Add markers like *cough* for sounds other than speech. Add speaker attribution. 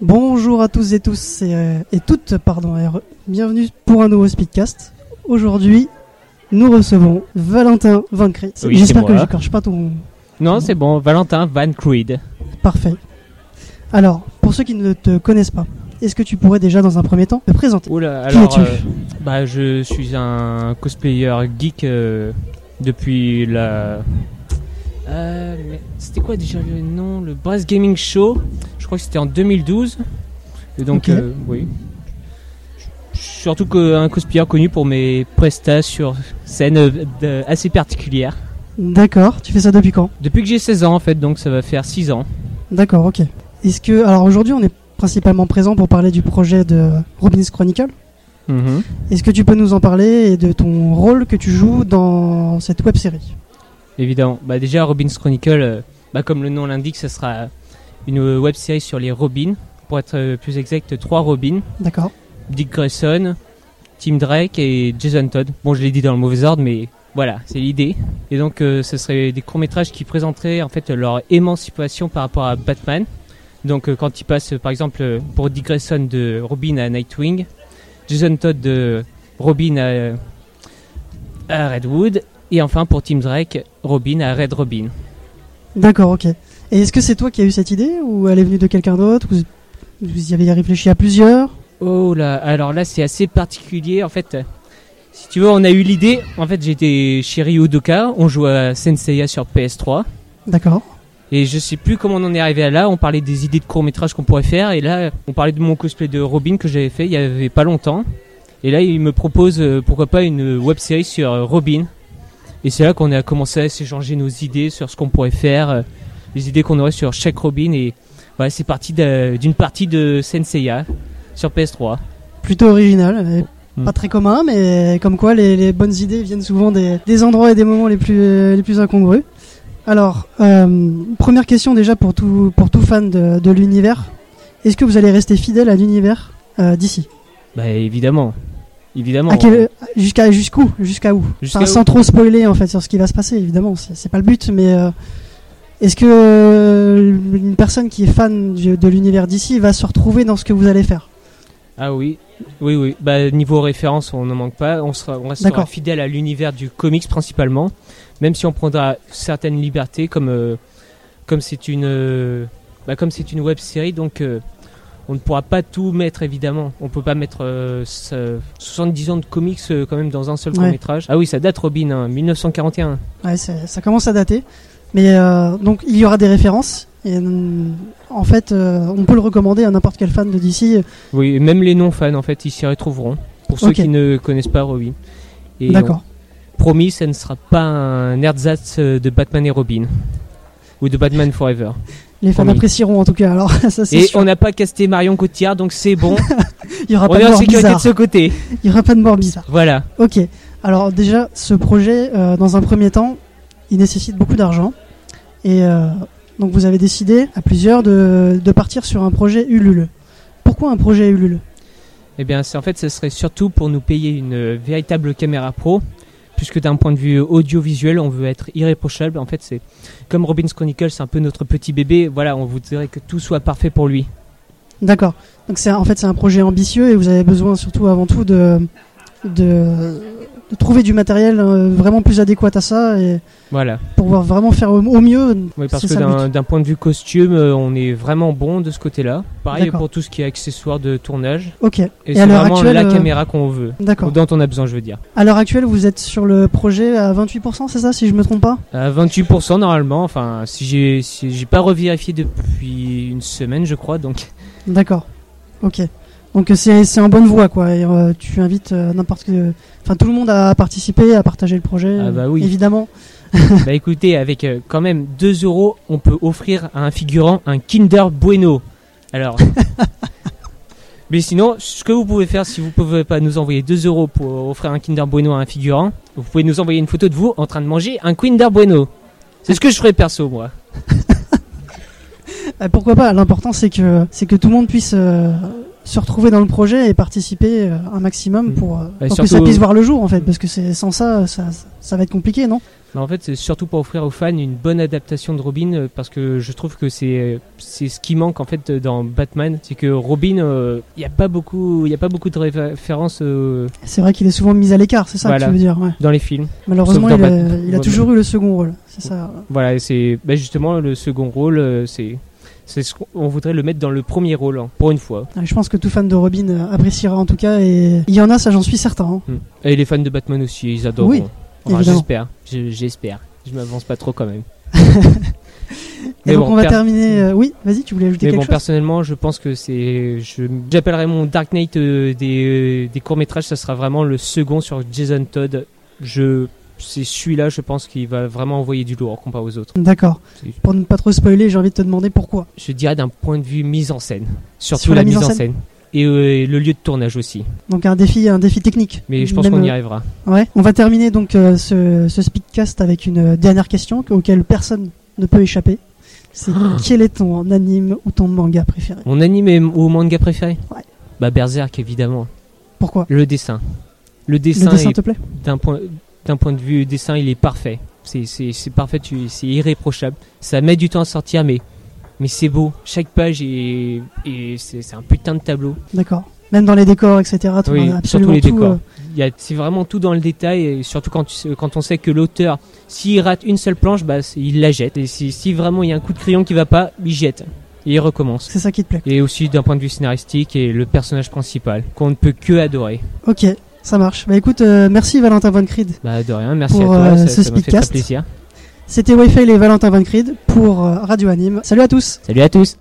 Speaker 1: Bonjour à tous et tous et, euh, et toutes, pardon, et re- bienvenue pour un nouveau Speedcast. Aujourd'hui, nous recevons Valentin Van Crit.
Speaker 2: Oui, c'est
Speaker 1: J'espère que
Speaker 2: moi.
Speaker 1: j'écorche pas ton
Speaker 2: Non, c'est bon, Valentin Van Creed.
Speaker 1: parfait. Alors, pour ceux qui ne te connaissent pas, est-ce que tu pourrais déjà dans un premier temps te présenter
Speaker 2: Oula,
Speaker 1: Qui
Speaker 2: alors.
Speaker 1: es-tu
Speaker 2: euh, bah, je suis un cosplayer geek euh, depuis la. Euh, mais c'était quoi déjà le nom Le Brass Gaming Show Je crois que c'était en 2012. Et donc,
Speaker 1: Ok.
Speaker 2: euh, oui. Surtout qu'un cosplayer connu pour mes prestats sur scène euh, de- assez particulière.
Speaker 1: D'accord, tu fais ça depuis quand
Speaker 2: Depuis que j'ai 16 ans en fait, donc ça va faire 6 ans.
Speaker 1: D'accord, ok. Est-ce que, alors aujourd'hui, on est principalement présent pour parler du projet de Robin's Chronicle.
Speaker 2: Mhm.
Speaker 1: Est-ce que tu peux nous en parler et de ton rôle que tu joues dans cette web série
Speaker 2: Évidemment. Bah déjà, Robin's Chronicle, euh, bah, comme le nom l'indique, ce sera une web série sur les Robins. Pour être euh, plus exact, trois Robins
Speaker 1: D'accord.
Speaker 2: Dick Grayson, Tim Drake et Jason Todd. Bon, je l'ai dit dans le mauvais ordre, mais voilà, c'est l'idée. Et donc, euh, ce serait des courts métrages qui présenteraient en fait leur émancipation par rapport à Batman. Donc, euh, quand il passe, euh, par exemple, euh, pour Dick Grayson de Robin à Nightwing, Jason Todd de Robin à, à Redwood, et enfin pour Tim Drake, Robin à Red Robin.
Speaker 1: D'accord, ok. Et est-ce que c'est toi qui as eu cette idée ou elle est venue de quelqu'un d'autre ou vous y avez réfléchi à plusieurs
Speaker 2: Oh là, alors là c'est assez particulier en fait. Si tu veux, on a eu l'idée. En fait, j'étais chez Ryu Doka, on jouait à Senseiya sur PS3.
Speaker 1: D'accord.
Speaker 2: Et je sais plus comment on en est arrivé à là. On parlait des idées de courts-métrages qu'on pourrait faire. Et là, on parlait de mon cosplay de Robin que j'avais fait il y avait pas longtemps. Et là, il me propose euh, pourquoi pas une web série sur euh, Robin. Et c'est là qu'on a commencé à s'échanger nos idées sur ce qu'on pourrait faire, euh, les idées qu'on aurait sur chaque Robin. Et voilà, c'est parti d'un- d'une partie de Senseiya sur PS3.
Speaker 1: Plutôt original, et
Speaker 2: Hmm.
Speaker 1: pas très commun, mais comme quoi les, les bonnes idées viennent souvent des, des endroits et des moments les plus, euh, les plus incongrus. Alors, euh, première question déjà pour tout, pour tout fan de, de l'univers. Est-ce que vous allez rester fidèle à l'univers euh, d'ici
Speaker 2: Bah évidemment, évidemment.
Speaker 1: À quel- Jusqu'à jusqu'où Jusqu'à où
Speaker 2: Jusqu'à
Speaker 1: Enfin,
Speaker 2: où
Speaker 1: Sans trop spoiler en fait sur ce qui va se passer, évidemment, c'est c'est pas le but, mais euh, est-ce que euh, une personne qui est fan du- de l'univers d'ici va se retrouver dans ce que vous allez faire
Speaker 2: Ah oui, oui, oui. Bah niveau référence, on n'en manque pas. On sera, on restera
Speaker 1: D'accord.
Speaker 2: fidèle à l'univers du comics principalement, même si on prendra certaines libertés, comme euh, comme c'est une euh, bah, comme c'est une web série, donc euh, on ne pourra pas tout mettre évidemment. On peut pas mettre euh, ce- 70 ans de comics euh, quand même dans un seul
Speaker 1: Ouais.
Speaker 2: court métrage. Ah oui, ça date Robin, hein, 1941.
Speaker 1: Ouais, c'est- ça commence à dater. Mais euh, donc il y aura des références. Et euh, en fait, euh, on peut le recommander à n'importe quel fan de DC.
Speaker 2: Oui, et même les non fans en fait, ils s'y retrouveront. Pour ceux
Speaker 1: Ok.
Speaker 2: qui ne connaissent pas Robin. Et on-
Speaker 1: D'accord.
Speaker 2: Promis, ça ne sera pas un ersatz euh, de Batman et Robin. Ou de Batman Forever.
Speaker 1: Les fans
Speaker 2: promis.
Speaker 1: apprécieront en tout cas. Alors *laughs* ça c'est
Speaker 2: Et
Speaker 1: sûr.
Speaker 2: on n'a pas casté Marion Cotillard, donc
Speaker 1: *laughs*
Speaker 2: c'est bon.
Speaker 1: Il y aura
Speaker 2: on
Speaker 1: pas
Speaker 2: est
Speaker 1: de
Speaker 2: en
Speaker 1: mort
Speaker 2: sécurité
Speaker 1: bizarre.
Speaker 2: de ce côté.
Speaker 1: Il y aura pas de mort bizarre.
Speaker 2: Voilà.
Speaker 1: Ok. Alors déjà, ce projet, euh, dans un premier temps, il nécessite beaucoup d'argent. Et euh, donc vous avez décidé à plusieurs de, de partir sur un projet Ulule. Pourquoi un projet Ulule
Speaker 2: Eh bien, c'est en fait, ce serait surtout pour nous payer une euh, véritable caméra pro, puisque d'un point de vue audiovisuel, on veut être irréprochable. En fait, c'est comme Robin's Chronicle, c'est un peu notre petit bébé. Voilà, on voudrait que tout soit parfait pour lui.
Speaker 1: D'accord. Donc c'est en fait c'est un projet ambitieux et vous avez besoin surtout avant tout de de, de trouver du matériel euh, vraiment plus adéquat à ça et
Speaker 2: Voilà.
Speaker 1: pour pouvoir vraiment faire au, au mieux.
Speaker 2: Oui, parce
Speaker 1: C'est
Speaker 2: que
Speaker 1: ça le
Speaker 2: d'un- d'un point de vue costume, euh, on est vraiment bon de ce côté-là. Pareil
Speaker 1: D'accord.
Speaker 2: pour tout ce qui est accessoire de tournage.
Speaker 1: Ok.
Speaker 2: Et,
Speaker 1: Et à
Speaker 2: c'est
Speaker 1: l'heure
Speaker 2: vraiment
Speaker 1: actuelle,
Speaker 2: la
Speaker 1: euh,
Speaker 2: caméra qu'on veut.
Speaker 1: D'accord.
Speaker 2: dont on a besoin, je veux dire.
Speaker 1: À l'heure actuelle, vous êtes sur le projet à 28%, c'est ça, si je me trompe pas
Speaker 2: À 28% normalement, enfin, si j'ai si j'ai pas revérifié depuis une semaine, je
Speaker 1: *laughs*
Speaker 2: crois, donc.
Speaker 1: D'accord. Ok. Donc euh, c'est c'est en bonne voie quoi. Et, euh, tu invites euh, n'importe que, enfin tout le monde à participer, à partager le projet.
Speaker 2: Ah bah
Speaker 1: euh,
Speaker 2: oui.
Speaker 1: Évidemment.
Speaker 2: bah écoutez, avec euh, quand même 2 euros, on peut offrir à un figurant un Kinder Bueno.
Speaker 1: *laughs*
Speaker 2: Alors. Mais sinon, ce que vous pouvez faire, si vous pouvez pas nous envoyer 2 euros pour offrir un Kinder Bueno à un figurant, vous pouvez nous envoyer une photo de vous en train de manger un Kinder Bueno.
Speaker 1: Ah.
Speaker 2: C'est ce que je ferais perso, moi.
Speaker 1: Euh, pourquoi pas L'important c'est que c'est que tout le monde puisse euh, se retrouver dans le projet et participer euh, un maximum
Speaker 2: Mm.
Speaker 1: pour, euh,
Speaker 2: Et
Speaker 1: pour que
Speaker 2: surtout-
Speaker 1: ça puisse voir le jour en fait, parce que c'est sans ça, ça ça va être compliqué, non
Speaker 2: Mais en fait, c'est surtout pour offrir aux fans une bonne adaptation de Robin, euh, parce que je trouve que c'est euh, c'est ce qui manque en fait euh, dans Batman, c'est que Robin, euh, il n'y a pas beaucoup, il y a pas beaucoup de références euh,
Speaker 1: C'est vrai qu'il est souvent mis à l'écart, c'est ça
Speaker 2: Voilà.
Speaker 1: que tu veux dire. ouais.
Speaker 2: dans les films.
Speaker 1: Malheureusement,
Speaker 2: Sauf
Speaker 1: il
Speaker 2: dans
Speaker 1: a,
Speaker 2: Bat-
Speaker 1: il a toujours eu le second rôle. C'est ça.
Speaker 2: Voilà, et c'est bah, justement le second rôle, euh, c'est c'est ce qu'on voudrait le mettre dans le premier rôle hein, pour une fois.
Speaker 1: Ouais, Je pense que tout fan de Robin euh, appréciera en tout cas. Et il y en a, ça j'en suis certain. hein.
Speaker 2: Hmm. Et les fans de Batman aussi, ils adorent.
Speaker 1: Oui, évidemment.
Speaker 2: j'espère, Je- j'espère. Je m'avance pas trop quand même.
Speaker 1: Et donc on va
Speaker 2: per-
Speaker 1: terminer. euh, Oui, vas-y, tu voulais ajouter
Speaker 2: Mais bon,
Speaker 1: quelque chose
Speaker 2: personnellement, je pense que c'est. je- J'appellerai mon Dark Knight euh, des, des courts-métrages, ça sera vraiment le second sur Jason Todd. Je. C'est celui-là, je pense, qui va vraiment envoyer du lourd comparé aux autres.
Speaker 1: D'accord.
Speaker 2: Si.
Speaker 1: Pour ne pas trop spoiler, j'ai envie de te demander pourquoi.
Speaker 2: Je dirais d'un point de vue mise en scène. Surtout
Speaker 1: Sur
Speaker 2: la, mise en scène. Et euh, le lieu de tournage aussi.
Speaker 1: Donc un défi, un défi technique.
Speaker 2: Mais je pense
Speaker 1: Même,
Speaker 2: qu'on y
Speaker 1: euh,
Speaker 2: arrivera.
Speaker 1: Ouais. On va terminer donc euh, ce, ce speedcast avec une euh, dernière question que- auquel personne ne peut échapper. C'est
Speaker 2: Oh.
Speaker 1: quel est ton anime ou ton manga préféré
Speaker 2: Mon anime et- ou manga préféré
Speaker 1: Ouais.
Speaker 2: Bah Berserk, évidemment.
Speaker 1: Pourquoi
Speaker 2: Le dessin. Le
Speaker 1: Le
Speaker 2: dessin,
Speaker 1: dessin
Speaker 2: est-
Speaker 1: te plaît
Speaker 2: d'un point, d'un point de vue dessin, il est parfait. C'est, c'est, c'est parfait, tu- c'est irréprochable. Ça met du temps à sortir, mais, mais c'est beau. Chaque page est, est- c'est, c'est un putain de tableau.
Speaker 1: D'accord. Même dans les décors, etc. t'en
Speaker 2: Oui,
Speaker 1: as absolument
Speaker 2: surtout les
Speaker 1: tout,
Speaker 2: décors.
Speaker 1: euh,
Speaker 2: Il y a, c'est vraiment tout dans le détail, et surtout quand, tu sais- quand on sait que l'auteur, s'il rate une seule planche, bah, c'est- il la jette. Et si, si vraiment il y a un coup de crayon qui va pas, il jette. Et il recommence.
Speaker 1: c'est ça qui te plaît.
Speaker 2: Et aussi d'un point de vue scénaristique et le personnage principal, qu'on ne peut que adorer.
Speaker 1: Ok, ça marche. Bah écoute, euh, merci Valentin Von Creed.
Speaker 2: Bah de rien, merci
Speaker 1: Pour,
Speaker 2: à toi,
Speaker 1: euh,
Speaker 2: ça,
Speaker 1: ce
Speaker 2: ça m'a fait très
Speaker 1: speedcast.
Speaker 2: plaisir.
Speaker 1: C'était Wi-Fi et Valentin Van Creed pour euh, Radio Anime. Salut à tous
Speaker 2: Salut à tous